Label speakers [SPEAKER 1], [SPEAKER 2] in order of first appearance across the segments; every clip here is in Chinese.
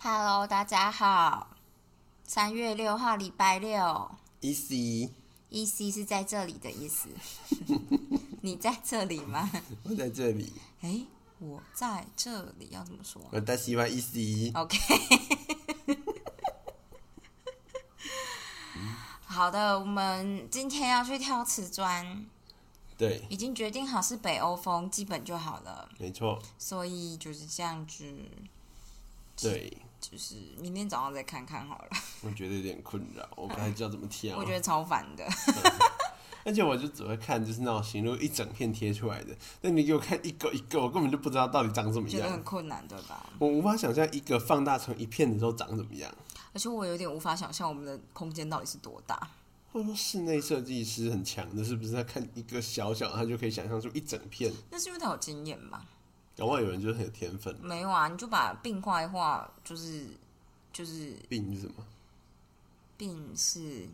[SPEAKER 1] Hello，大家好。三月六号，礼拜六
[SPEAKER 2] ，E ，easy，
[SPEAKER 1] ，EC 是在这里的意思。你在这里吗？
[SPEAKER 2] 我在这里，
[SPEAKER 1] 诶，我在这里要怎么说啊
[SPEAKER 2] 我在喜欢 easy，
[SPEAKER 1] ？OK。好的，我们今天要去挑瓷砖，
[SPEAKER 2] 对，
[SPEAKER 1] 已经决定好是北欧风，基本就好了。
[SPEAKER 2] 没错，
[SPEAKER 1] 所以就是这样子，
[SPEAKER 2] 对，
[SPEAKER 1] 就是明天早上再看看好了。
[SPEAKER 2] 我觉得有点困扰，我不太知道怎么挑
[SPEAKER 1] 我，觉得超烦的。
[SPEAKER 2] 而且我就只会看就是那种行路一整片贴出来的，那你给我看一个一个，我根本就不知道到底长怎么
[SPEAKER 1] 觉得很
[SPEAKER 2] 样，
[SPEAKER 1] 困难，对吧？
[SPEAKER 2] 我无法想象一个放大成一片的时候长怎么样。
[SPEAKER 1] 而且我有点无法想象我们的空间到底是多大。
[SPEAKER 2] 或者说室内设计师很强的，是不是？他看一个小小，他就可以想象出一整片。
[SPEAKER 1] 那是因为他有经验吧？
[SPEAKER 2] 搞不好有人就是很有天分。
[SPEAKER 1] 没有啊，你就把病画一画，就是就是
[SPEAKER 2] 病是什么？
[SPEAKER 1] 病是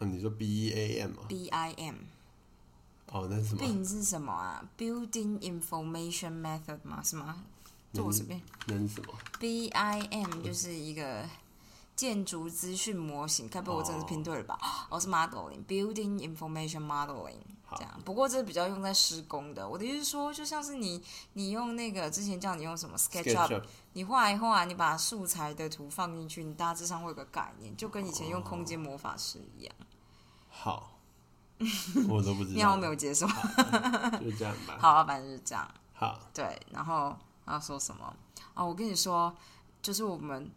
[SPEAKER 2] 嗯、你说 B E A M 啊？
[SPEAKER 1] B I M，
[SPEAKER 2] 哦，那是什么？
[SPEAKER 1] 病是什么啊？Building Information Method 吗？是吗？
[SPEAKER 2] 嗯
[SPEAKER 1] 这我随便。
[SPEAKER 2] 那是什么？
[SPEAKER 1] B I M 就是一个建筑资讯模型，该不会我真的是拼对了吧？哦，是 modeling，building information modeling
[SPEAKER 2] 好
[SPEAKER 1] 这样。不过这比较用在施工的。我的意思是说，就像是你你用那个之前叫你用什么 SketchUp，
[SPEAKER 2] SketchUp
[SPEAKER 1] 你画一画，你把素材的图放进去，你大致上会有个概念，就跟以前用空间魔法师一样。
[SPEAKER 2] 好， 我 都不知
[SPEAKER 1] 你好，
[SPEAKER 2] 道
[SPEAKER 1] 我没，有接受。
[SPEAKER 2] 就这样吧。
[SPEAKER 1] 好啊，反正就是这样。
[SPEAKER 2] 好，
[SPEAKER 1] 对，然后然后说什么？哦，我跟你说，就是我们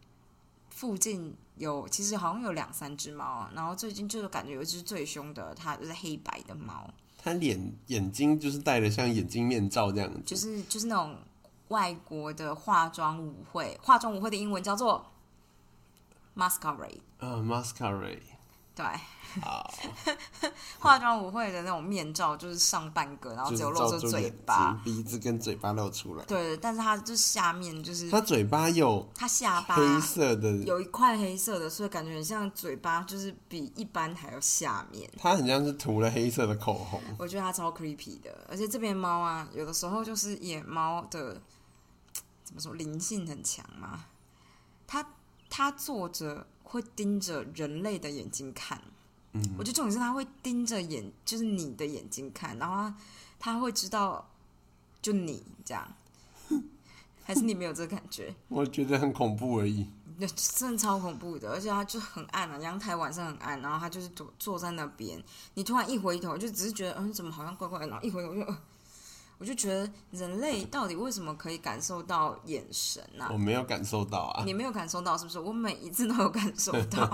[SPEAKER 1] 附近有，其实好像有两三只猫，然后最近就是感觉有一只最凶的，它就是黑白的猫，
[SPEAKER 2] 他脸眼睛就是戴的像眼镜面罩这样子，
[SPEAKER 1] 就是就是那种外国的化妆舞会，化妆舞会的英文叫做 masquerade，
[SPEAKER 2] 啊，masquerade。
[SPEAKER 1] 对，
[SPEAKER 2] 好，
[SPEAKER 1] 化妆舞会的那种面罩就是上半个，然后只
[SPEAKER 2] 就是
[SPEAKER 1] 有露
[SPEAKER 2] 罩
[SPEAKER 1] 出
[SPEAKER 2] 住
[SPEAKER 1] 嘴
[SPEAKER 2] 眼
[SPEAKER 1] 巴，
[SPEAKER 2] 睛、鼻子跟嘴巴露出来。
[SPEAKER 1] 对，但是它就是下面就是
[SPEAKER 2] 他嘴巴有
[SPEAKER 1] 它下巴
[SPEAKER 2] 黑色的，
[SPEAKER 1] 有一块黑色的，所以感觉很像嘴巴，就是比一般还要下面。
[SPEAKER 2] 他很像是涂了黑色的口红。
[SPEAKER 1] 我觉得它超 creepy 的，而且这边猫啊，有的时候就是野猫的怎么说灵性很强嘛，它它坐着会盯着人类的眼睛看，
[SPEAKER 2] 嗯，
[SPEAKER 1] 我觉得重点是它会盯着眼，就是你的眼睛看，然后它它会知道就你这样，还是你没有这个感觉？
[SPEAKER 2] 我觉得很恐怖而已。
[SPEAKER 1] 那真的超恐怖的，而且它就很暗啊，阳台晚上很暗，然后它就是坐坐在那边，你突然一回头，就只是觉得，嗯，怎么好像怪怪的，然后一回头就，呃我就觉得人类到底为什么可以感受到眼神啊？
[SPEAKER 2] 我没有感受到啊，
[SPEAKER 1] 你没有感受到是不是？我每一次都有感受到。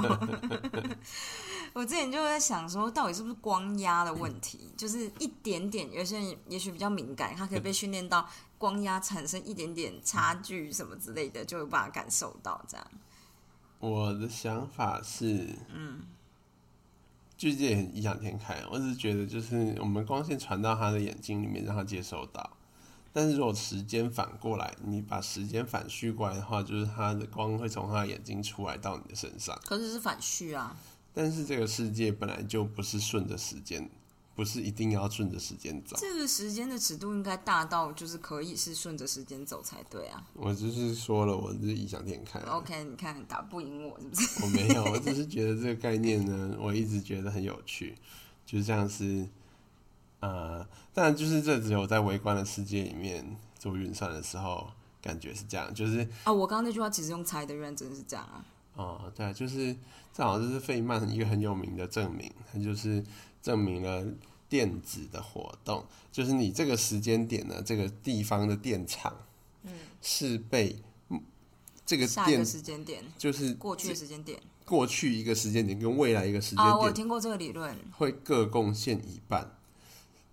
[SPEAKER 1] 我之前就在想说，到底是不是光压的问题？就是一点点，有些人也许比较敏感，他可以被训练到光压产生一点点差距什么之类的，就有办法感受到这样。
[SPEAKER 2] 我的想法是，嗯，就是这也很异想天开。我只是觉得，就是我们光线传到他的眼睛里面，让他接收到。但是如果时间反过来，你把时间反序过来的话，就是他的光会从他的眼睛出来到你的身上。
[SPEAKER 1] 可是是反序啊，
[SPEAKER 2] 但是这个世界本来就不是顺着时间，不是一定要顺着时间走。
[SPEAKER 1] 这个时间的尺度应该大到就是可以是顺着时间走才对啊。
[SPEAKER 2] 我就是说了，我是异想天开。
[SPEAKER 1] OK，你看打不赢我是 不是？
[SPEAKER 2] 我没有，我只是觉得这个概念呢，我一直觉得很有趣，就像是，呃，当然就是这只有在微观的世界里面做运算的时候，感觉是这样，就是，
[SPEAKER 1] 啊，我刚刚那句话其实用猜的，认真是这样啊。
[SPEAKER 2] 哦、对啊，就是正好就是费曼一个很有名的证明，他就是证明了电子的活动，就是你这个时间点呢，这个地方的电场，嗯，是被嗯这个
[SPEAKER 1] 下一
[SPEAKER 2] 电
[SPEAKER 1] 个时间点，
[SPEAKER 2] 就是
[SPEAKER 1] 过去的时间点
[SPEAKER 2] 过去一个时间点跟未来一个时间
[SPEAKER 1] 啊，我
[SPEAKER 2] 点
[SPEAKER 1] 有听过这个理论，
[SPEAKER 2] 会各贡献一半，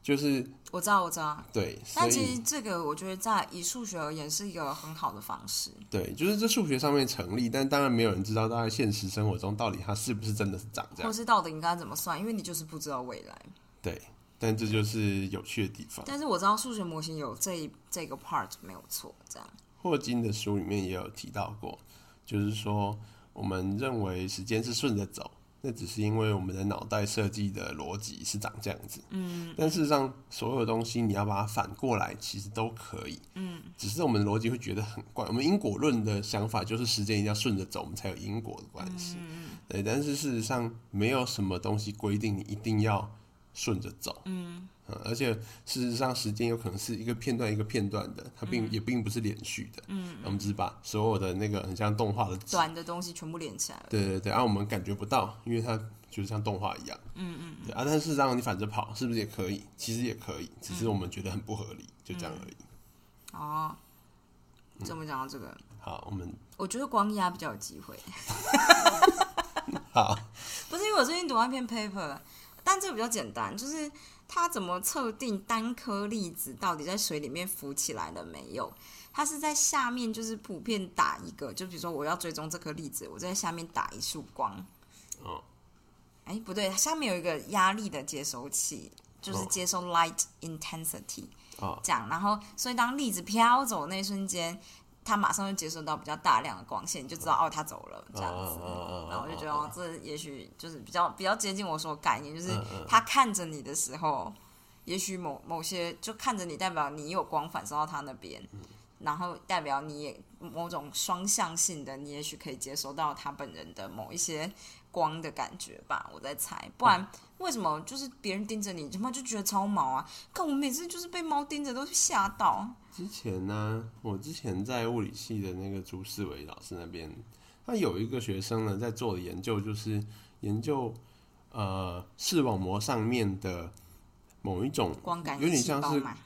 [SPEAKER 2] 就是
[SPEAKER 1] 我知道，我知道。
[SPEAKER 2] 对，所
[SPEAKER 1] 但其实
[SPEAKER 2] 以
[SPEAKER 1] 这个我觉得在以数学而言是一个很好的方式。
[SPEAKER 2] 对，就是这数学上面成立，但当然没有人知道，大概现实生活中到底它是不是真的是长这
[SPEAKER 1] 或
[SPEAKER 2] 样，
[SPEAKER 1] 是到底应该怎么算，因为你就是不知道未来。
[SPEAKER 2] 对，但这就是有趣的地方。
[SPEAKER 1] 但是我知道数学模型有这一这个 part 没有错，这样。
[SPEAKER 2] 霍金的书里面也有提到过，就是说我们认为时间是顺着走，那只是因为我们的脑袋设计的逻辑是长这样子。
[SPEAKER 1] 嗯
[SPEAKER 2] 但事实上，所有东西你要把它反过来，其实都可以。
[SPEAKER 1] 嗯，
[SPEAKER 2] 只是我们的逻辑会觉得很怪。我们因果论的想法就是时间一定要顺着走，我们才有因果的关系。
[SPEAKER 1] 嗯
[SPEAKER 2] 对，但是事实上没有什么东西规定你一定要顺着走。
[SPEAKER 1] 嗯
[SPEAKER 2] 嗯，而且事实上，时间有可能是一个片段一个片段的，它
[SPEAKER 1] 嗯
[SPEAKER 2] 并、也并不是连续的。嗯，我们只是把所有的那个很像动画的纸
[SPEAKER 1] 短的东西全部连起来了。
[SPEAKER 2] 对对对，啊，我们感觉不到，因为它就是像动画一样。嗯嗯。对啊，但是让你反着跑，是不是也可以？其实也可以，只是我们觉得很不合理，就这样而已。
[SPEAKER 1] 哦，
[SPEAKER 2] 嗯
[SPEAKER 1] 怎么讲到这个？
[SPEAKER 2] 好，我们
[SPEAKER 1] 我觉得光压比较有机会。
[SPEAKER 2] 好，
[SPEAKER 1] 不是因为我最近读到一篇 paper，但这个比较简单，就是它怎么测定单颗粒子到底在水里面浮起来了没有？它是在下面就是普遍打一个，就比如说我要追踪这颗粒子，我在下面打一束光。
[SPEAKER 2] 哦，
[SPEAKER 1] 哎，不对，下面有一个压力的接收器，就是
[SPEAKER 2] 哦
[SPEAKER 1] 接收 light intensity。
[SPEAKER 2] 哦，
[SPEAKER 1] 这样，然后所以当粒子飘走那一瞬间，它马上就接收到比较大量的光线，你就知道哦，它走了这样子
[SPEAKER 2] 哦哦哦哦。
[SPEAKER 1] 然后我就觉得哦，这也许就是比较比较接近我说的概念，就是
[SPEAKER 2] 嗯嗯
[SPEAKER 1] 它看着你的时候，也许某某些就看着你，代表你有光反射到它那边，
[SPEAKER 2] 嗯
[SPEAKER 1] 然后代表你也某种双向性的，你也许可以接收到它本人的某一些光的感觉吧，我在猜，不
[SPEAKER 2] 嗯
[SPEAKER 1] 然。为什么就是别人盯着你，他妈就觉得超毛啊？看我每次就是被猫盯着都吓到。
[SPEAKER 2] 之前呢、我之前在物理系的那个朱世伟老师那边，他有一个学生呢在做的研究，就是研究呃视网膜上面的某一种
[SPEAKER 1] 光感
[SPEAKER 2] 有
[SPEAKER 1] 应
[SPEAKER 2] 点
[SPEAKER 1] 细
[SPEAKER 2] 像
[SPEAKER 1] 胞
[SPEAKER 2] 是
[SPEAKER 1] 嘛，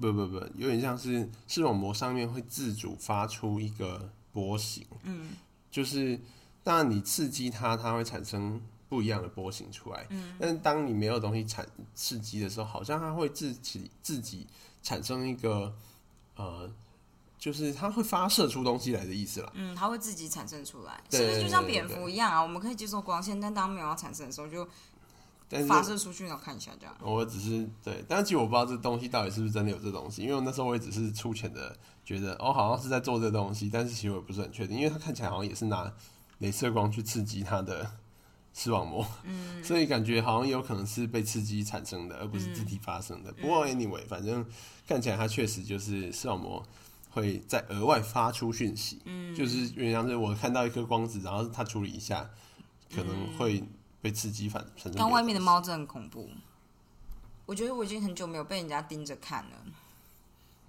[SPEAKER 2] 不不不，有点像是视网膜上面会自主发出一个波形，嗯，就是当然你刺激它，它会产生不一样的波形出来，嗯，但是当你没有东西产刺激的时候，好像它会自己自己产生一个呃，就是它会发射出东西来的意思啦，
[SPEAKER 1] 嗯，它会自己产生出来，
[SPEAKER 2] 对
[SPEAKER 1] 是不是就像
[SPEAKER 2] 对对
[SPEAKER 1] 蝙蝠一样啊？我们可以接受光线，但当没有要产生的时候，就
[SPEAKER 2] 但是
[SPEAKER 1] 发射出去，然后看一下这样。
[SPEAKER 2] 我只是对，但其实我不知道这东西到底是不是真的有这东西，因为我那时候我也只是粗浅的觉得哦，好像是在做这东西，但是其实我也不是很确定，因为它看起来好像也是拿镭射光去刺激它的 视网膜，嗯， 所以感觉好像有可能是被刺激产生的，而不
[SPEAKER 1] 嗯
[SPEAKER 2] 是自体发生的。不过 anyway，反正看起来它确实就是视网膜会再额外发出讯息，嗯，就是原来是我看到一颗光子，然后它处理一下，可能会被刺激反产生。
[SPEAKER 1] 但嗯外面的。猫真的很恐怖，我觉得我已经很久没有被人家盯着看了。
[SPEAKER 2] 嗯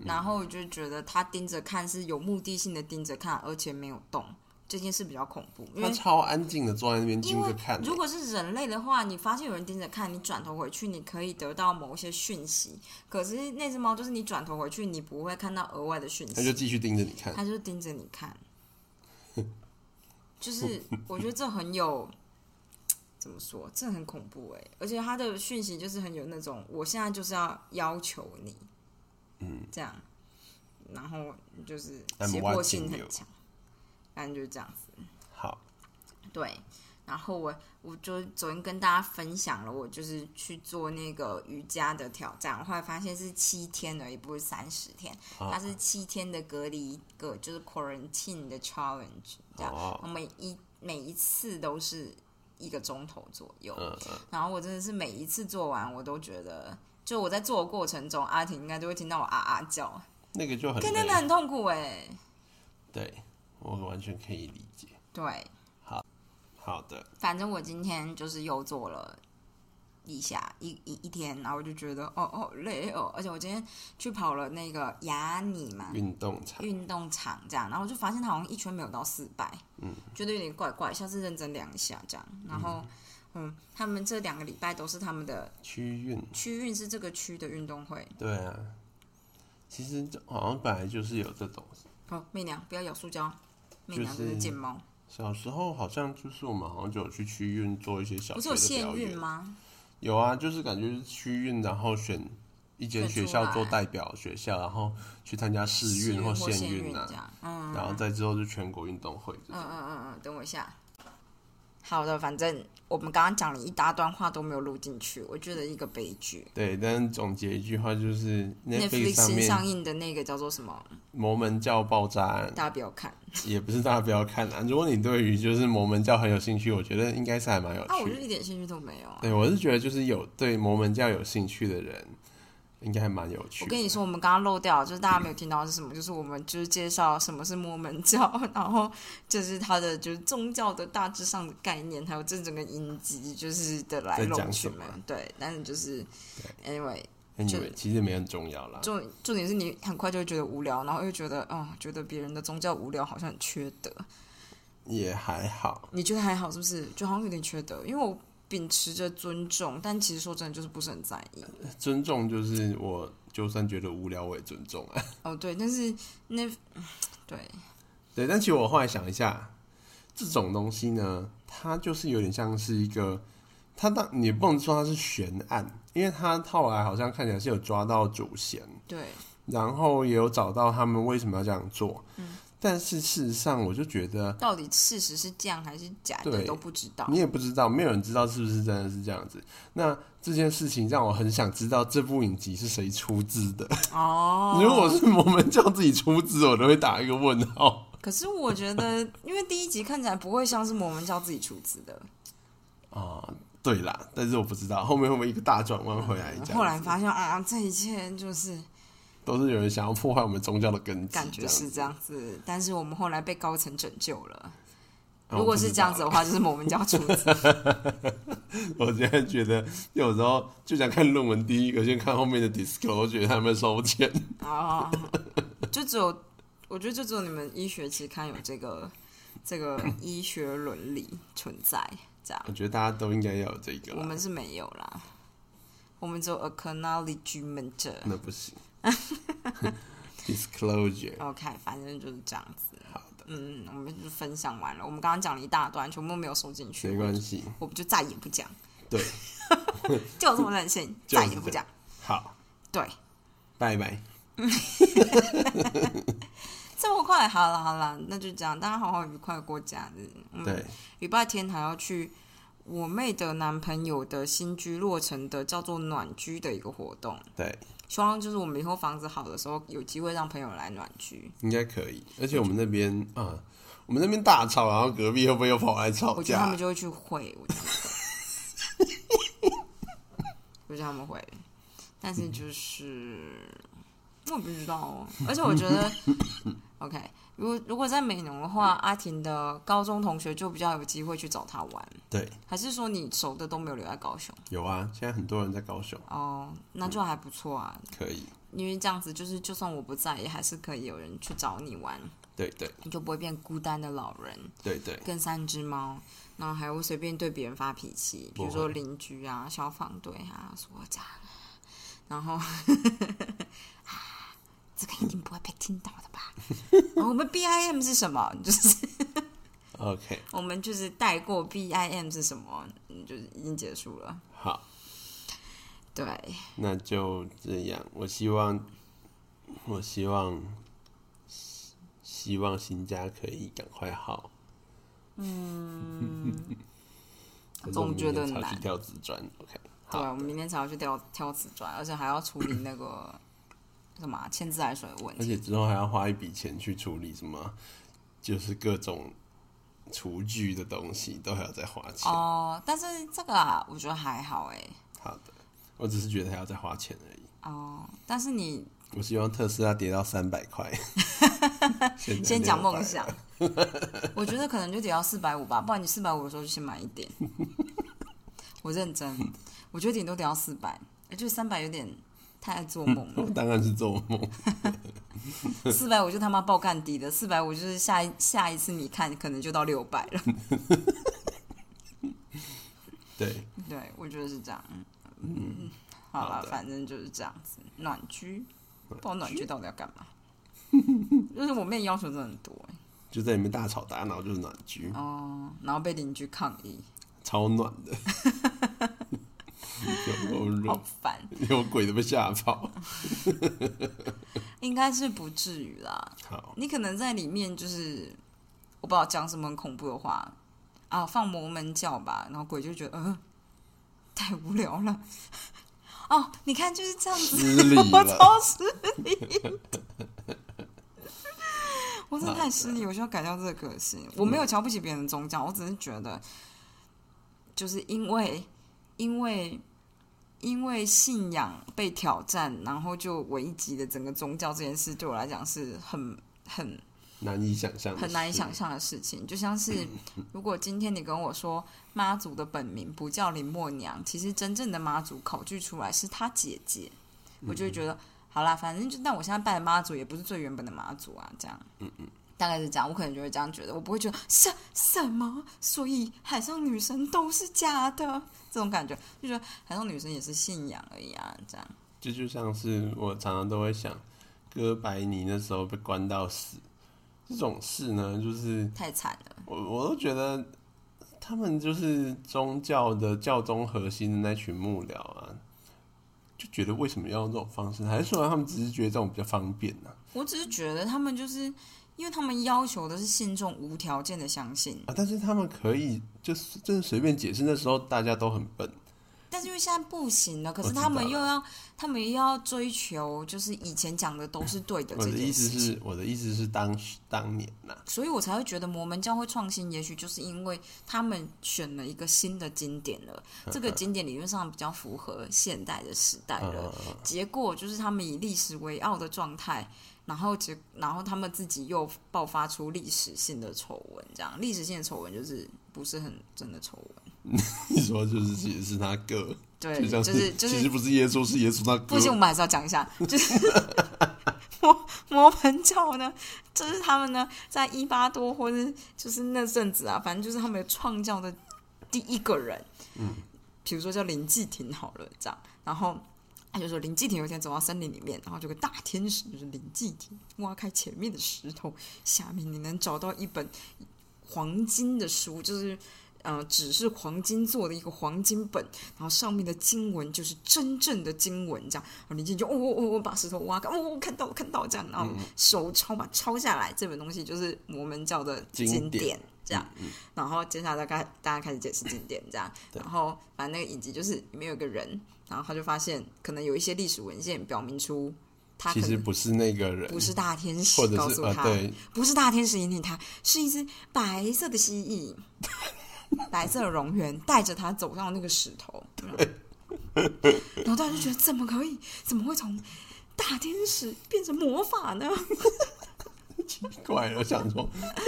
[SPEAKER 1] 然后我就觉得它盯着看是有目的性的盯着看，而且没有动，这件事比较恐怖。因
[SPEAKER 2] 他
[SPEAKER 1] 为
[SPEAKER 2] 超安静的坐在那边
[SPEAKER 1] 嗯因
[SPEAKER 2] 盯着
[SPEAKER 1] 为
[SPEAKER 2] 看、
[SPEAKER 1] 如果是人类的话，你发现有人盯着看，你转头回去，你可以得到某一些讯息。可是那只猫就是你转头回去，你不会看到额外的讯
[SPEAKER 2] 他就
[SPEAKER 1] 息，
[SPEAKER 2] 继续盯着你看。
[SPEAKER 1] 它就盯着你看。就是我觉得这很有怎么说，这很恐怖哎、而且它的讯息就是很有那种，我现在就是要要求你，嗯，这样，然后就是胁
[SPEAKER 2] I'm
[SPEAKER 1] 迫性
[SPEAKER 2] watching
[SPEAKER 1] 很
[SPEAKER 2] you
[SPEAKER 1] 强，反正就是这样子。
[SPEAKER 2] 好，
[SPEAKER 1] 对，然后我我就昨天跟大家分享了，我就是去做那个瑜伽的挑战，我后来发现是七天而已，不是三十天，
[SPEAKER 2] 啊
[SPEAKER 1] 它是七天的隔离一个就是 quarantine 的 challenge，这样，
[SPEAKER 2] 哦
[SPEAKER 1] 我每一每一次都是一个钟头左右，
[SPEAKER 2] 嗯嗯，
[SPEAKER 1] 然后我真的是每一次做完，我都觉得。就我在做的过程中，阿婷应该都会听到我啊啊叫，
[SPEAKER 2] 那个就很
[SPEAKER 1] 跟真
[SPEAKER 2] 累
[SPEAKER 1] 的很痛苦哎、
[SPEAKER 2] 对我完全可以理解。
[SPEAKER 1] 对，
[SPEAKER 2] 好的，
[SPEAKER 1] 反正我今天就是又做了一下一一一天，然后我就觉得哦哦累哦，而且我今天去跑了那个雅尼嘛
[SPEAKER 2] 运动场
[SPEAKER 1] 运动场这样，然后我就发现它好像一圈没有到四百，嗯，觉得有点怪怪，下次认真量一下这样，然后。嗯他们这两个礼拜都是他们的
[SPEAKER 2] 区运，
[SPEAKER 1] 区运是这个区的运动会。
[SPEAKER 2] 对啊，其实这好像本来就是有这种。
[SPEAKER 1] 哦，媚娘不要咬塑胶，媚
[SPEAKER 2] 就
[SPEAKER 1] 娘真是
[SPEAKER 2] 是
[SPEAKER 1] 贱猫。
[SPEAKER 2] 小时候好像就是我们好像就有去区运做一些小
[SPEAKER 1] 不是
[SPEAKER 2] 学
[SPEAKER 1] 有
[SPEAKER 2] 的
[SPEAKER 1] 县
[SPEAKER 2] 表
[SPEAKER 1] 运
[SPEAKER 2] 演，
[SPEAKER 1] 吗？
[SPEAKER 2] 有啊，就是感觉是区运，然后选一间
[SPEAKER 1] 选
[SPEAKER 2] 学
[SPEAKER 1] 出
[SPEAKER 2] 校做
[SPEAKER 1] 来
[SPEAKER 2] 代表学校，然后去参加市
[SPEAKER 1] 市
[SPEAKER 2] 运或
[SPEAKER 1] 县
[SPEAKER 2] 县
[SPEAKER 1] 运
[SPEAKER 2] 运
[SPEAKER 1] 这
[SPEAKER 2] 啊，
[SPEAKER 1] 样。嗯
[SPEAKER 2] 然后再之后就全国运动会
[SPEAKER 1] 嗯
[SPEAKER 2] 这种。
[SPEAKER 1] 嗯嗯嗯，等我一下。好的，反正我们刚刚讲了一大段话都没有录进去，我觉得一个悲剧。
[SPEAKER 2] 对，但总结一句话就是 Netflix 上
[SPEAKER 1] Netflix 上
[SPEAKER 2] 面
[SPEAKER 1] 映的那个叫做什么？
[SPEAKER 2] 摩门教爆炸案
[SPEAKER 1] 大家不要看。
[SPEAKER 2] 也不是大家不要看啊。如果你对于就是摩门教很有兴趣，我觉得应该是还蛮有
[SPEAKER 1] 啊，我就
[SPEAKER 2] 趣的。
[SPEAKER 1] 一点兴趣都没有啊。
[SPEAKER 2] 对，我是觉得就是有对摩门教有兴趣的人，应该还蛮有趣
[SPEAKER 1] 我
[SPEAKER 2] 的。
[SPEAKER 1] 跟你说，我们刚刚漏掉，就是大家没有听到的是什么，就是我们就是介绍什么是摩门教，然后就是它的就是宗教的大致上的概念，还有这整个音集就是的来
[SPEAKER 2] 在
[SPEAKER 1] 龙
[SPEAKER 2] 讲
[SPEAKER 1] 去
[SPEAKER 2] 什么
[SPEAKER 1] 脉。对，但是就是 anyway，
[SPEAKER 2] Anyway，其实没很重要啦。
[SPEAKER 1] 重重点是你很快就会觉得无聊，然后又觉得哦，觉得别人的宗教无聊好像很缺德。
[SPEAKER 2] 也还好。
[SPEAKER 1] 你觉得还好是不是？就好像有点缺德，因为我秉持着尊重，但其实说真的就是不是很在意。
[SPEAKER 2] 尊重就是我，就算觉得无聊，我也尊重啊。
[SPEAKER 1] 哦，对，但是那对
[SPEAKER 2] 对，但其实我后来想一下，这种东西呢，它就是有点像是一个，它当你不能说它是悬案，因为它后来好像看起来是有抓到主嫌，
[SPEAKER 1] 对，
[SPEAKER 2] 然后也有找到他们为什么要这样做。但是事实上，我就觉得
[SPEAKER 1] 到底事实是这样还是假的
[SPEAKER 2] 对
[SPEAKER 1] 都不知道。
[SPEAKER 2] 你也不知道，没有人知道是不是真的是这样子。那这件事情让我很想知道这部影集是谁出资的。
[SPEAKER 1] 哦，
[SPEAKER 2] 如果是我们叫自己出资，我都会打一个问号。
[SPEAKER 1] 可是我觉得，因为第一集看起来不会像是摩门教自己出资的，
[SPEAKER 2] 啊、对啦，但是我不知道后面会不会一个大转弯回哎来这样子，
[SPEAKER 1] 嗯后来发现啊，这一切就是
[SPEAKER 2] 都是有人想要破坏我们宗教的根基，
[SPEAKER 1] 感觉是
[SPEAKER 2] 这
[SPEAKER 1] 这
[SPEAKER 2] 样
[SPEAKER 1] 样子。但是我们后来被高层拯救了。
[SPEAKER 2] 子。
[SPEAKER 1] 如果是这样子的话，就是摩门教出资。
[SPEAKER 2] 我不知道，我现在觉得有时候就想看论文第一个，先看后面的 disclosure 他们收钱。
[SPEAKER 1] 哦，就只有我觉得就只有你们医学期刊有这个这个医学伦理存在，这样
[SPEAKER 2] 我觉得大家都应该要有这个
[SPEAKER 1] 我
[SPEAKER 2] 啦，
[SPEAKER 1] 们是没有啦，我们只有 acknowledgement。
[SPEAKER 2] 那不行。disclosure，
[SPEAKER 1] OK，反正就是这样子。
[SPEAKER 2] 好的，
[SPEAKER 1] 嗯，我们就分享完了。我们刚刚讲了一大段，全部没有收进去
[SPEAKER 2] 没，关系。
[SPEAKER 1] 我们就再也不讲。
[SPEAKER 2] 对，
[SPEAKER 1] 就这么任性，
[SPEAKER 2] 就是这
[SPEAKER 1] 再
[SPEAKER 2] 样
[SPEAKER 1] 也不讲。
[SPEAKER 2] 好，
[SPEAKER 1] 对，
[SPEAKER 2] 拜拜。
[SPEAKER 1] 这么快，好了好了，那就这样，大家好好愉快地过假日。嗯，
[SPEAKER 2] 对，
[SPEAKER 1] 礼拜天还要去我妹的男朋友的新居落成的叫做暖居的一个活动，
[SPEAKER 2] 对，
[SPEAKER 1] 希望就是我们以后房子好的时候，有机会让朋友来暖居。
[SPEAKER 2] 应该可以。而且我们那边啊、我们那边大吵，然后隔壁会不会又跑来吵
[SPEAKER 1] 我觉得他
[SPEAKER 2] 架
[SPEAKER 1] 们？就会去会，我觉得他们会，我觉得他们会，但是就是我不知道哦。而且我觉得，OK，如果如果在美农的话，阿婷的高中同学就比较有机会去找她玩，
[SPEAKER 2] 对，
[SPEAKER 1] 还是说你熟的都没有留在高雄？
[SPEAKER 2] 有啊，现在很多人在高雄，
[SPEAKER 1] 哦，那就还不错啊，
[SPEAKER 2] 可以，
[SPEAKER 1] 因为这样子就是，就算我不在，也还是可以有人去找你玩，
[SPEAKER 2] 对对
[SPEAKER 1] 你就不会变孤单的老人。
[SPEAKER 2] 对对，
[SPEAKER 1] 跟三只猫，然后还会随便对别人发脾气，比如说
[SPEAKER 2] 不会
[SPEAKER 1] 邻居啊、消防队啊、说我这样啊，然后 啊，这个一定不会被听到的吧？ 然后我们 BIM 是什么？就是
[SPEAKER 2] ，OK，
[SPEAKER 1] 我们就是带过 BIM 是什么，嗯就是已经结束了。
[SPEAKER 2] 好，
[SPEAKER 1] 对，
[SPEAKER 2] 那就这样。我希望，我希望，希希望新家可以赶快好。 嗯，
[SPEAKER 1] 总觉得很
[SPEAKER 2] 去
[SPEAKER 1] 难
[SPEAKER 2] 跳瓷砖，OK，
[SPEAKER 1] 对，
[SPEAKER 2] 好
[SPEAKER 1] 我们明天才要去挑挑瓷砖，而且还要处理那个什么啊签字海水的问
[SPEAKER 2] 而
[SPEAKER 1] 题。
[SPEAKER 2] 且之后还要花一笔钱去处理什么，就是各种厨具的东西都还要再花钱。
[SPEAKER 1] 哦，但是这个啊，我觉得还好哎、
[SPEAKER 2] 好的，我只是觉得还要再花钱而已。
[SPEAKER 1] 哦，但是你
[SPEAKER 2] 我希望特斯拉跌到三百块。 现在
[SPEAKER 1] 先讲梦
[SPEAKER 2] 600
[SPEAKER 1] 想，我觉得可能就得要四百五吧，不然你四百五的时候就先买一点。我认真，我觉得顶多得要四百，而且三百有点太爱做梦
[SPEAKER 2] 我 当然是做梦。
[SPEAKER 1] 了。四百五就他妈爆干低的，四百五就是下一下一次你看可能就到六百了。
[SPEAKER 2] 对，
[SPEAKER 1] 对，我觉得是这样。嗯，好
[SPEAKER 2] 好
[SPEAKER 1] 了，
[SPEAKER 2] 的
[SPEAKER 1] 反正就是这样子。暖居，不知道暖居到底要干嘛。就是我妹要求真的很多、欸
[SPEAKER 2] 就在里面大吵大闹，就是暖居，
[SPEAKER 1] 哦，然后被邻居抗议，
[SPEAKER 2] 超暖的。 有够
[SPEAKER 1] 好
[SPEAKER 2] 热，
[SPEAKER 1] 烦。
[SPEAKER 2] 有鬼都被吓跑。
[SPEAKER 1] 应该是不至于啦，
[SPEAKER 2] 好，
[SPEAKER 1] 你可能在里面就是我不知道讲什么很恐怖的话啊放摩门教吧，然后鬼就觉得呃太无聊了。 哦，你看就是这样
[SPEAKER 2] 失礼
[SPEAKER 1] 子，我
[SPEAKER 2] 了
[SPEAKER 1] 超失礼的，我真的太失礼，我需要改掉这个个性。我没有瞧不起别人的宗教，我只是觉得，就是因为因为因为信仰被挑战，然后就危及的整个宗教这件事，对我来讲是很很
[SPEAKER 2] 难以想象，
[SPEAKER 1] 很难以想。象的事情。就像 是如果今天你跟我说妈祖的本名不叫林默娘，其实真正的妈祖考据出来是她姐姐，我就会觉得、好啦，反正就但我现在拜的妈祖也不是最原本的妈祖啊，这样，嗯嗯。大概是这样，我可能就会这样觉得，我不会觉得什什么，所以海上女神都是假的这种感觉，就觉得海上女神也是信仰而已啊，这样。
[SPEAKER 2] 这就像是我常常都会想，哥白尼那时候被关到死，这种事呢，就是
[SPEAKER 1] 太惨了。
[SPEAKER 2] 我我都觉得他们就是宗教的教宗核心的那群幕僚啊，就觉得为什么要用这种方式？还是说他们只是觉得这种比较方便啊呢、
[SPEAKER 1] 我只是觉得他们就是因为他们要求的是信众无条件的相信
[SPEAKER 2] 啊？，但是他们可以就是真的随便解释，那时候大家都很笨，
[SPEAKER 1] 但是因为现在不行了，可
[SPEAKER 2] 我
[SPEAKER 1] 是
[SPEAKER 2] 知道
[SPEAKER 1] 他们又要他们又要追求就是以前讲的都是对的
[SPEAKER 2] 我
[SPEAKER 1] 这
[SPEAKER 2] 哦的意
[SPEAKER 1] 件
[SPEAKER 2] 思
[SPEAKER 1] 事情，
[SPEAKER 2] 是，我的意思是当时当年啊呐、
[SPEAKER 1] 所以我才会觉得摩门教会创新，也许就是因为他们选了一个新的经典 了，这个经典理论上比较符合现代的时代了，
[SPEAKER 2] 嗯
[SPEAKER 1] 结果就是他们以历史为傲的状态，然后结然后他们自己又爆发出历史性的丑闻，这样历史性的丑闻就是不是很真的丑闻，
[SPEAKER 2] 你说就是其实是他哥，
[SPEAKER 1] 对，
[SPEAKER 2] 就像
[SPEAKER 1] 就是就
[SPEAKER 2] 其实
[SPEAKER 1] 是
[SPEAKER 2] 不是耶稣，是耶稣他哥。
[SPEAKER 1] 不行，我们还是要讲一下，就是 摩摩门教呢，就是他们呢在伊巴多或是就是那阵子啊，反正就是他们创教的第一个人，嗯，比如说叫林继廷好了，这样，然后。他就说林继廷有一天走到森林里面，然后就有个大天使就是林继廷挖开前面的石头，下面你能找到一本黄金的书，就是呃纸是黄金做的一个黄金本，然后上面的经文就是真正的经文，这样。然后林继廷就哦哦哦，我把石头挖开，哦哦，我看到我看到这样，然后呃手抄把它抄下来，这本东西就是摩门教的
[SPEAKER 2] 经
[SPEAKER 1] 典。
[SPEAKER 2] 典
[SPEAKER 1] 这样，然后接下来大概大家开始解释经典这样，然后反正那个影集就是里面有个人，然后他就发现可能有一些历史文献表明出他可
[SPEAKER 2] 其实
[SPEAKER 1] 能
[SPEAKER 2] 不是那个人，
[SPEAKER 1] 不是大天
[SPEAKER 2] 或
[SPEAKER 1] 使
[SPEAKER 2] 者
[SPEAKER 1] 告
[SPEAKER 2] 是
[SPEAKER 1] 诉
[SPEAKER 2] 呃
[SPEAKER 1] 他，
[SPEAKER 2] 对，
[SPEAKER 1] 不是大天使引领他，是一只白色的蜥蜴， 白色的蝾螈带着他走上那个石头。然后大家就觉得怎么可以？怎么会从大天使变成魔法 呢？
[SPEAKER 2] 奇怪了，我 想说，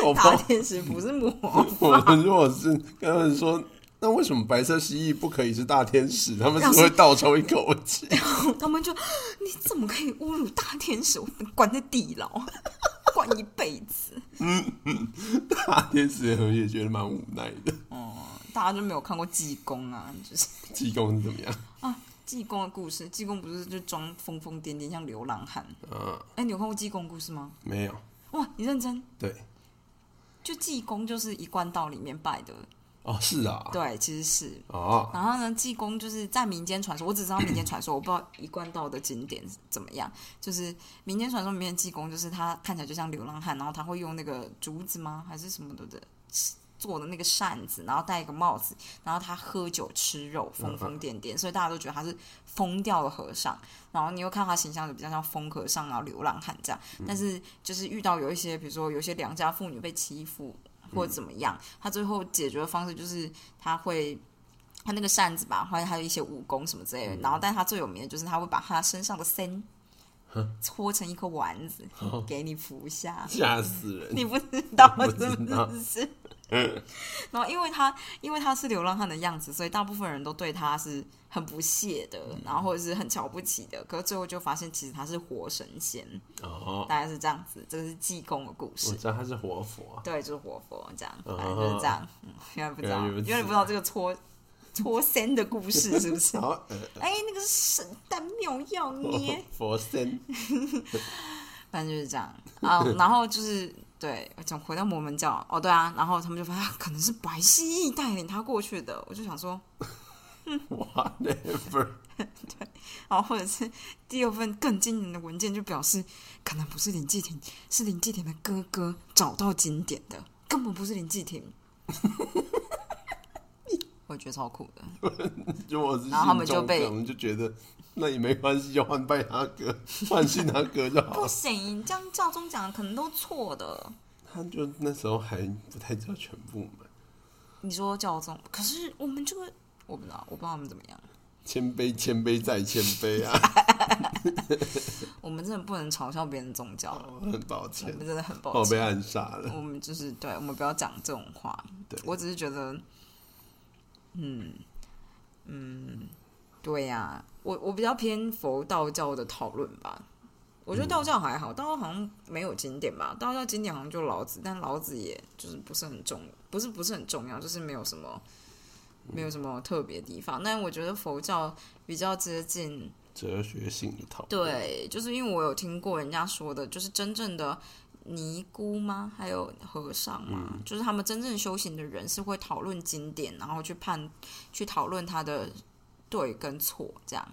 [SPEAKER 2] 我不知
[SPEAKER 1] 大
[SPEAKER 2] 道
[SPEAKER 1] 天使不是魔
[SPEAKER 2] 我们如果是跟他们说，那为什么白色蜥蜴不可以是大天 使？他们
[SPEAKER 1] 要
[SPEAKER 2] 只
[SPEAKER 1] 是
[SPEAKER 2] 会倒抽一口气。
[SPEAKER 1] 他们就 你怎么可以侮辱大天使？我关在地牢， 关一辈子。
[SPEAKER 2] 大天使我也觉得蛮无奈的。
[SPEAKER 1] 哦，大家就没有看过济公啊，就是
[SPEAKER 2] 济公是怎么样？
[SPEAKER 1] 啊，济公的故事，济公不是就装疯疯癫癫，像流浪汉。
[SPEAKER 2] 啊，
[SPEAKER 1] 哎、你有看过济公的故事吗？
[SPEAKER 2] 没有，
[SPEAKER 1] 哇，你认真？
[SPEAKER 2] 对，
[SPEAKER 1] 就济公就是一贯道里面拜的，
[SPEAKER 2] 哦，是啊，
[SPEAKER 1] 对，其实是。
[SPEAKER 2] 哦，
[SPEAKER 1] 然后呢，济公就是在民间传说，我只知道民间传说，我不知道一贯道的经典怎么样。就是民间传说里面的济公，就是他看起来就像流浪汉，然后他会用那个竹子吗，还是什么的的做的那个扇子，然后戴一个帽子，然后他喝酒吃肉，疯疯癫癫，所以大家都觉得他是疯掉的和尚。然后你又看他形象就比较像疯和尚，然后流浪汉这样。但是就是遇到有一些，比如说有一些良家妇女被欺负
[SPEAKER 2] 嗯
[SPEAKER 1] 或者怎么样，他最后解决的方式就是他会。他那个扇子吧，或者还有一些武功什么之类
[SPEAKER 2] 嗯
[SPEAKER 1] 的，然后，但他最有名的就是他会把他身上的参搓成一颗丸 子，给你服下。
[SPEAKER 2] 吓死人！
[SPEAKER 1] 你不知道
[SPEAKER 2] Oh 我
[SPEAKER 1] 是
[SPEAKER 2] 知道
[SPEAKER 1] 不是？ 然后因为他因为他是流浪汉的样子，所以大部分人都对他是很不屑的，然后或者是很瞧不起的。可是最后就发现，其实他是活神仙，
[SPEAKER 2] 哦，
[SPEAKER 1] 大概是这样子。这个是济公的故
[SPEAKER 2] 我
[SPEAKER 1] 事
[SPEAKER 2] 知，道他是活佛啊，
[SPEAKER 1] 对，就是活佛这样，
[SPEAKER 2] 哦
[SPEAKER 1] 反正就是这样。嗯，原来不知道，
[SPEAKER 2] 原来如此
[SPEAKER 1] 原来不知道这个搓搓仙的故事是不是？
[SPEAKER 2] 好，呃
[SPEAKER 1] 哎，那个是神丹妙药 捏。
[SPEAKER 2] 佛身，
[SPEAKER 1] 反正就是这样啊。然后就是对，讲回到摩门教哦，对啊，然后他们就发现、啊可能是白蜥蜴带领他过去的，我就想说，
[SPEAKER 2] 哇，never，
[SPEAKER 1] 然哦后或者是第二份更惊人的文件就表示，可能不是林继廷，是林继廷的哥哥找到经典的，根本不是林继廷。 我觉得超酷的。
[SPEAKER 2] 如果是信
[SPEAKER 1] 然后他们
[SPEAKER 2] 中
[SPEAKER 1] 就被
[SPEAKER 2] 梗我们就觉得那也没关系，就换拜他哥，换信他哥就好
[SPEAKER 1] 不
[SPEAKER 2] 了。
[SPEAKER 1] 行，这样教宗讲的可能都错的。
[SPEAKER 2] 他就那时候还不太知道全部嘛，
[SPEAKER 1] 你说教宗，可是我们这个我不知道，我不知道他们怎么样。
[SPEAKER 2] 谦卑，谦卑再谦 卑啊！
[SPEAKER 1] 我们真的不能嘲笑别人的宗教，
[SPEAKER 2] 我很抱
[SPEAKER 1] 我
[SPEAKER 2] 歉
[SPEAKER 1] 们，真的很抱
[SPEAKER 2] 我被
[SPEAKER 1] 歉。
[SPEAKER 2] 暗杀了。
[SPEAKER 1] 我们就是对，我们不要讲这种话。
[SPEAKER 2] 对，
[SPEAKER 1] 我只是觉得，嗯嗯，对呀、我我比较偏佛道教的讨论吧。我觉得道教还好，道教好像没有经典吧。道教经典好像就老子，但老子也就是不是很重，不是不是很重要，就是没有什么没有什么特别地方。但我觉得佛教比较接近，
[SPEAKER 2] 哲学性的讨论，
[SPEAKER 1] 对，就是因为我有听过人家说的，就是真正的尼姑吗？还有和尚吗？就是他们真正修行的人是会讨论经典，然后去判去讨论他的对跟错，这样。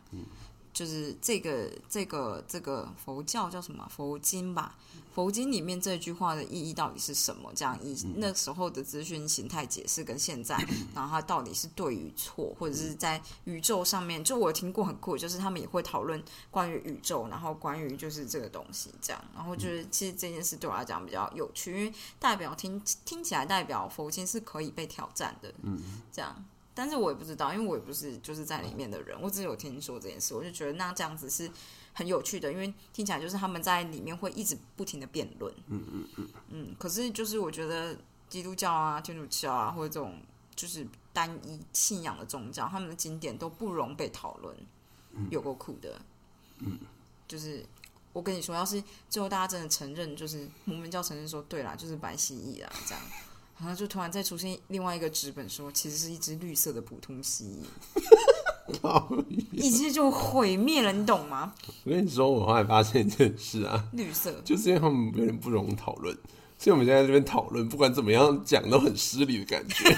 [SPEAKER 1] 就是这个这个这个佛教叫什么啊佛经吧？佛经里面这句话的意义到底是什么？这样以那时候的资讯形态解释跟现在，然后它到底是对与错，或者是在宇宙上面，就我有听过很酷，就是他们也会讨论关于宇宙，然后关于就是这个东西这样，然后就是其实这件事对我来讲比较有趣，因为代表听听起来代表佛经是可以被挑战的，嗯，这样。但是我也不知道，因为我也不是就是在里面的人，我只有听说这件事，我就觉得那这样子是很有趣的，因为听起来就是他们在里面会一直不停的辩论，嗯嗯嗯可是就是我觉得基督教啊、天主教啊，或者这种就是单一信仰的宗教，他们的经典都不容被讨论，有够酷的，嗯，就是我跟你说，要是最后大家真的承认，就是摩门教承认说，对啦，就是白蜥蜴啦，这样。然后就突然再出现另外一个纸本说，其实是一只绿色的普通蜥蜴， 一切就毁灭了，你懂吗？
[SPEAKER 2] 我跟你说，我后来发现一件事啊，
[SPEAKER 1] 绿色，
[SPEAKER 2] 就是因为他们有点不容讨论，所以我们现在在这边讨论，不管怎么样讲都很失礼的感觉。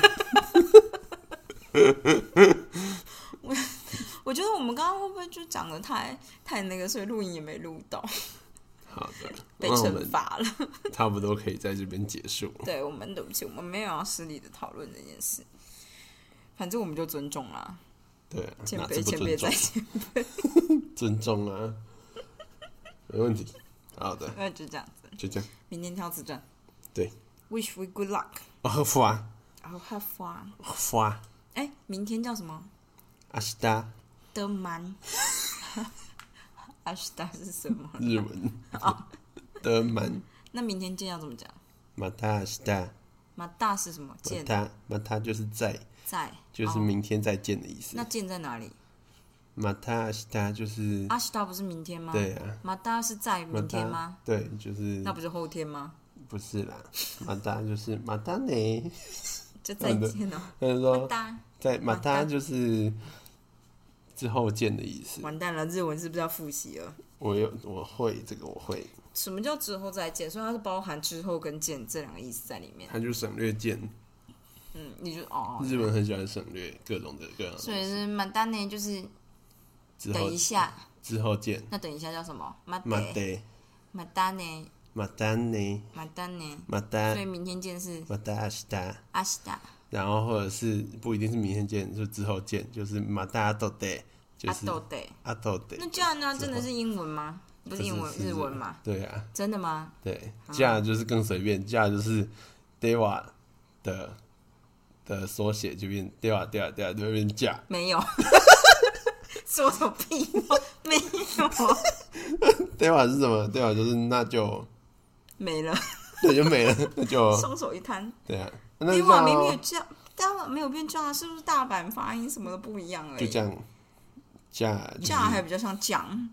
[SPEAKER 1] 我觉得我们刚刚会不会就讲的太太那个，所以录音也没录到，
[SPEAKER 2] 好的，
[SPEAKER 1] 被
[SPEAKER 2] 那我
[SPEAKER 1] 惩
[SPEAKER 2] 们
[SPEAKER 1] 罚了。
[SPEAKER 2] 差不多可以在这边结束了。
[SPEAKER 1] 对我们对不起，我们没有要失礼的讨论这件事，反正我们就尊重啦，
[SPEAKER 2] 对啊，
[SPEAKER 1] 谦
[SPEAKER 2] 哪
[SPEAKER 1] 卑
[SPEAKER 2] 次不
[SPEAKER 1] 谦卑
[SPEAKER 2] 尊
[SPEAKER 1] 再
[SPEAKER 2] 重？
[SPEAKER 1] 见，
[SPEAKER 2] 尊重啊，没问题。好的，
[SPEAKER 1] 那就这样子，
[SPEAKER 2] 就这样。
[SPEAKER 1] 明天挑子战
[SPEAKER 2] 对，
[SPEAKER 1] ，wish we good luck，
[SPEAKER 2] 啊，喝福啊，
[SPEAKER 1] 然后 have fun。
[SPEAKER 2] 福啊，
[SPEAKER 1] 哎，明天叫什么？
[SPEAKER 2] 阿西达，
[SPEAKER 1] 的蛮， 阿什达是什么？
[SPEAKER 2] 日文
[SPEAKER 1] 哦
[SPEAKER 2] 的满
[SPEAKER 1] 那明天见要怎么讲？
[SPEAKER 2] 马达阿西达，
[SPEAKER 1] 马大是什么？
[SPEAKER 2] 马
[SPEAKER 1] 见
[SPEAKER 2] 达马达就是在，
[SPEAKER 1] 在，
[SPEAKER 2] 就是
[SPEAKER 1] 哦、
[SPEAKER 2] 明天再见的意思
[SPEAKER 1] 那。见在哪里？
[SPEAKER 2] 马达阿西达就是
[SPEAKER 1] 阿什达不是明天吗？
[SPEAKER 2] 对啊，
[SPEAKER 1] 马大是在
[SPEAKER 2] 马
[SPEAKER 1] 啊明天
[SPEAKER 2] 达
[SPEAKER 1] 吗？
[SPEAKER 2] 对，就是
[SPEAKER 1] 那不是后天吗？
[SPEAKER 2] 不是啦，马达就是马达呢，
[SPEAKER 1] 就再见哦，
[SPEAKER 2] 他就
[SPEAKER 1] 马
[SPEAKER 2] 说
[SPEAKER 1] 大
[SPEAKER 2] 在
[SPEAKER 1] 马
[SPEAKER 2] 马达
[SPEAKER 1] 达
[SPEAKER 2] 就是之后见的意思。
[SPEAKER 1] 完蛋了，日文是不是要复习了？
[SPEAKER 2] 我有我会这个我会，
[SPEAKER 1] 什么叫之后再见？所以它是包含之后跟见这两个意思在里面。
[SPEAKER 2] 他就省略见。
[SPEAKER 1] 嗯，你就哦，
[SPEAKER 2] 日本很喜欢省略各种的各样的
[SPEAKER 1] 所
[SPEAKER 2] 东
[SPEAKER 1] 以
[SPEAKER 2] 西。
[SPEAKER 1] 是马大呢，就是
[SPEAKER 2] 之后
[SPEAKER 1] 等一下，
[SPEAKER 2] 之后见，
[SPEAKER 1] 那等一下叫什么？马
[SPEAKER 2] 马
[SPEAKER 1] 得
[SPEAKER 2] 得
[SPEAKER 1] 马大呢？
[SPEAKER 2] 马丹呢，
[SPEAKER 1] 马大呢？
[SPEAKER 2] 马
[SPEAKER 1] 所以
[SPEAKER 2] 达
[SPEAKER 1] 明天见是
[SPEAKER 2] 马达阿西达，
[SPEAKER 1] 阿西达。
[SPEAKER 2] 然后或者是不一定是明天见，就之后见，就是马达阿斗得，就
[SPEAKER 1] 阿
[SPEAKER 2] 是
[SPEAKER 1] 豆得，
[SPEAKER 2] 阿斗得
[SPEAKER 1] 那，这样呢？
[SPEAKER 2] 是
[SPEAKER 1] 真的是英文吗？不是英文，
[SPEAKER 2] 就是
[SPEAKER 1] 日文嘛？？
[SPEAKER 2] 对啊，
[SPEAKER 1] 真的吗？
[SPEAKER 2] 对，嫁就是更随便，嫁就是 deva 的的缩写就变 deva deva deva 就变嫁，
[SPEAKER 1] 没有， 说什么屁话？没有，
[SPEAKER 2] deva 是什么？deva 就是那就
[SPEAKER 1] 没了，
[SPEAKER 2] 那就没了，那就
[SPEAKER 1] 双手一摊。哎
[SPEAKER 2] 对啊，哦那
[SPEAKER 1] 你
[SPEAKER 2] 就
[SPEAKER 1] 网名
[SPEAKER 2] 叫
[SPEAKER 1] 也这样，但我没有变这样啊，是不是大阪发音什么的不一样而
[SPEAKER 2] 就
[SPEAKER 1] 已
[SPEAKER 2] 这？样嫁就是
[SPEAKER 1] 这样还比较像讲。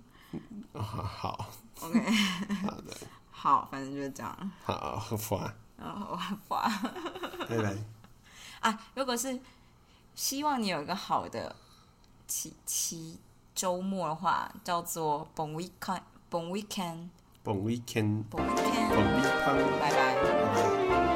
[SPEAKER 2] 啊好
[SPEAKER 1] OK，
[SPEAKER 2] 好的
[SPEAKER 1] 好，反正就是这样。
[SPEAKER 2] 好很烦，
[SPEAKER 1] 然后我哇
[SPEAKER 2] 拜拜。
[SPEAKER 1] 啊，如果是希望你有一个好的期期周末的话，叫做 Bon Weekend，Bon Weekend，Bon
[SPEAKER 2] Bon
[SPEAKER 1] Weekend，
[SPEAKER 2] weekend，bon weekend。
[SPEAKER 1] 拜拜。
[SPEAKER 2] 拜拜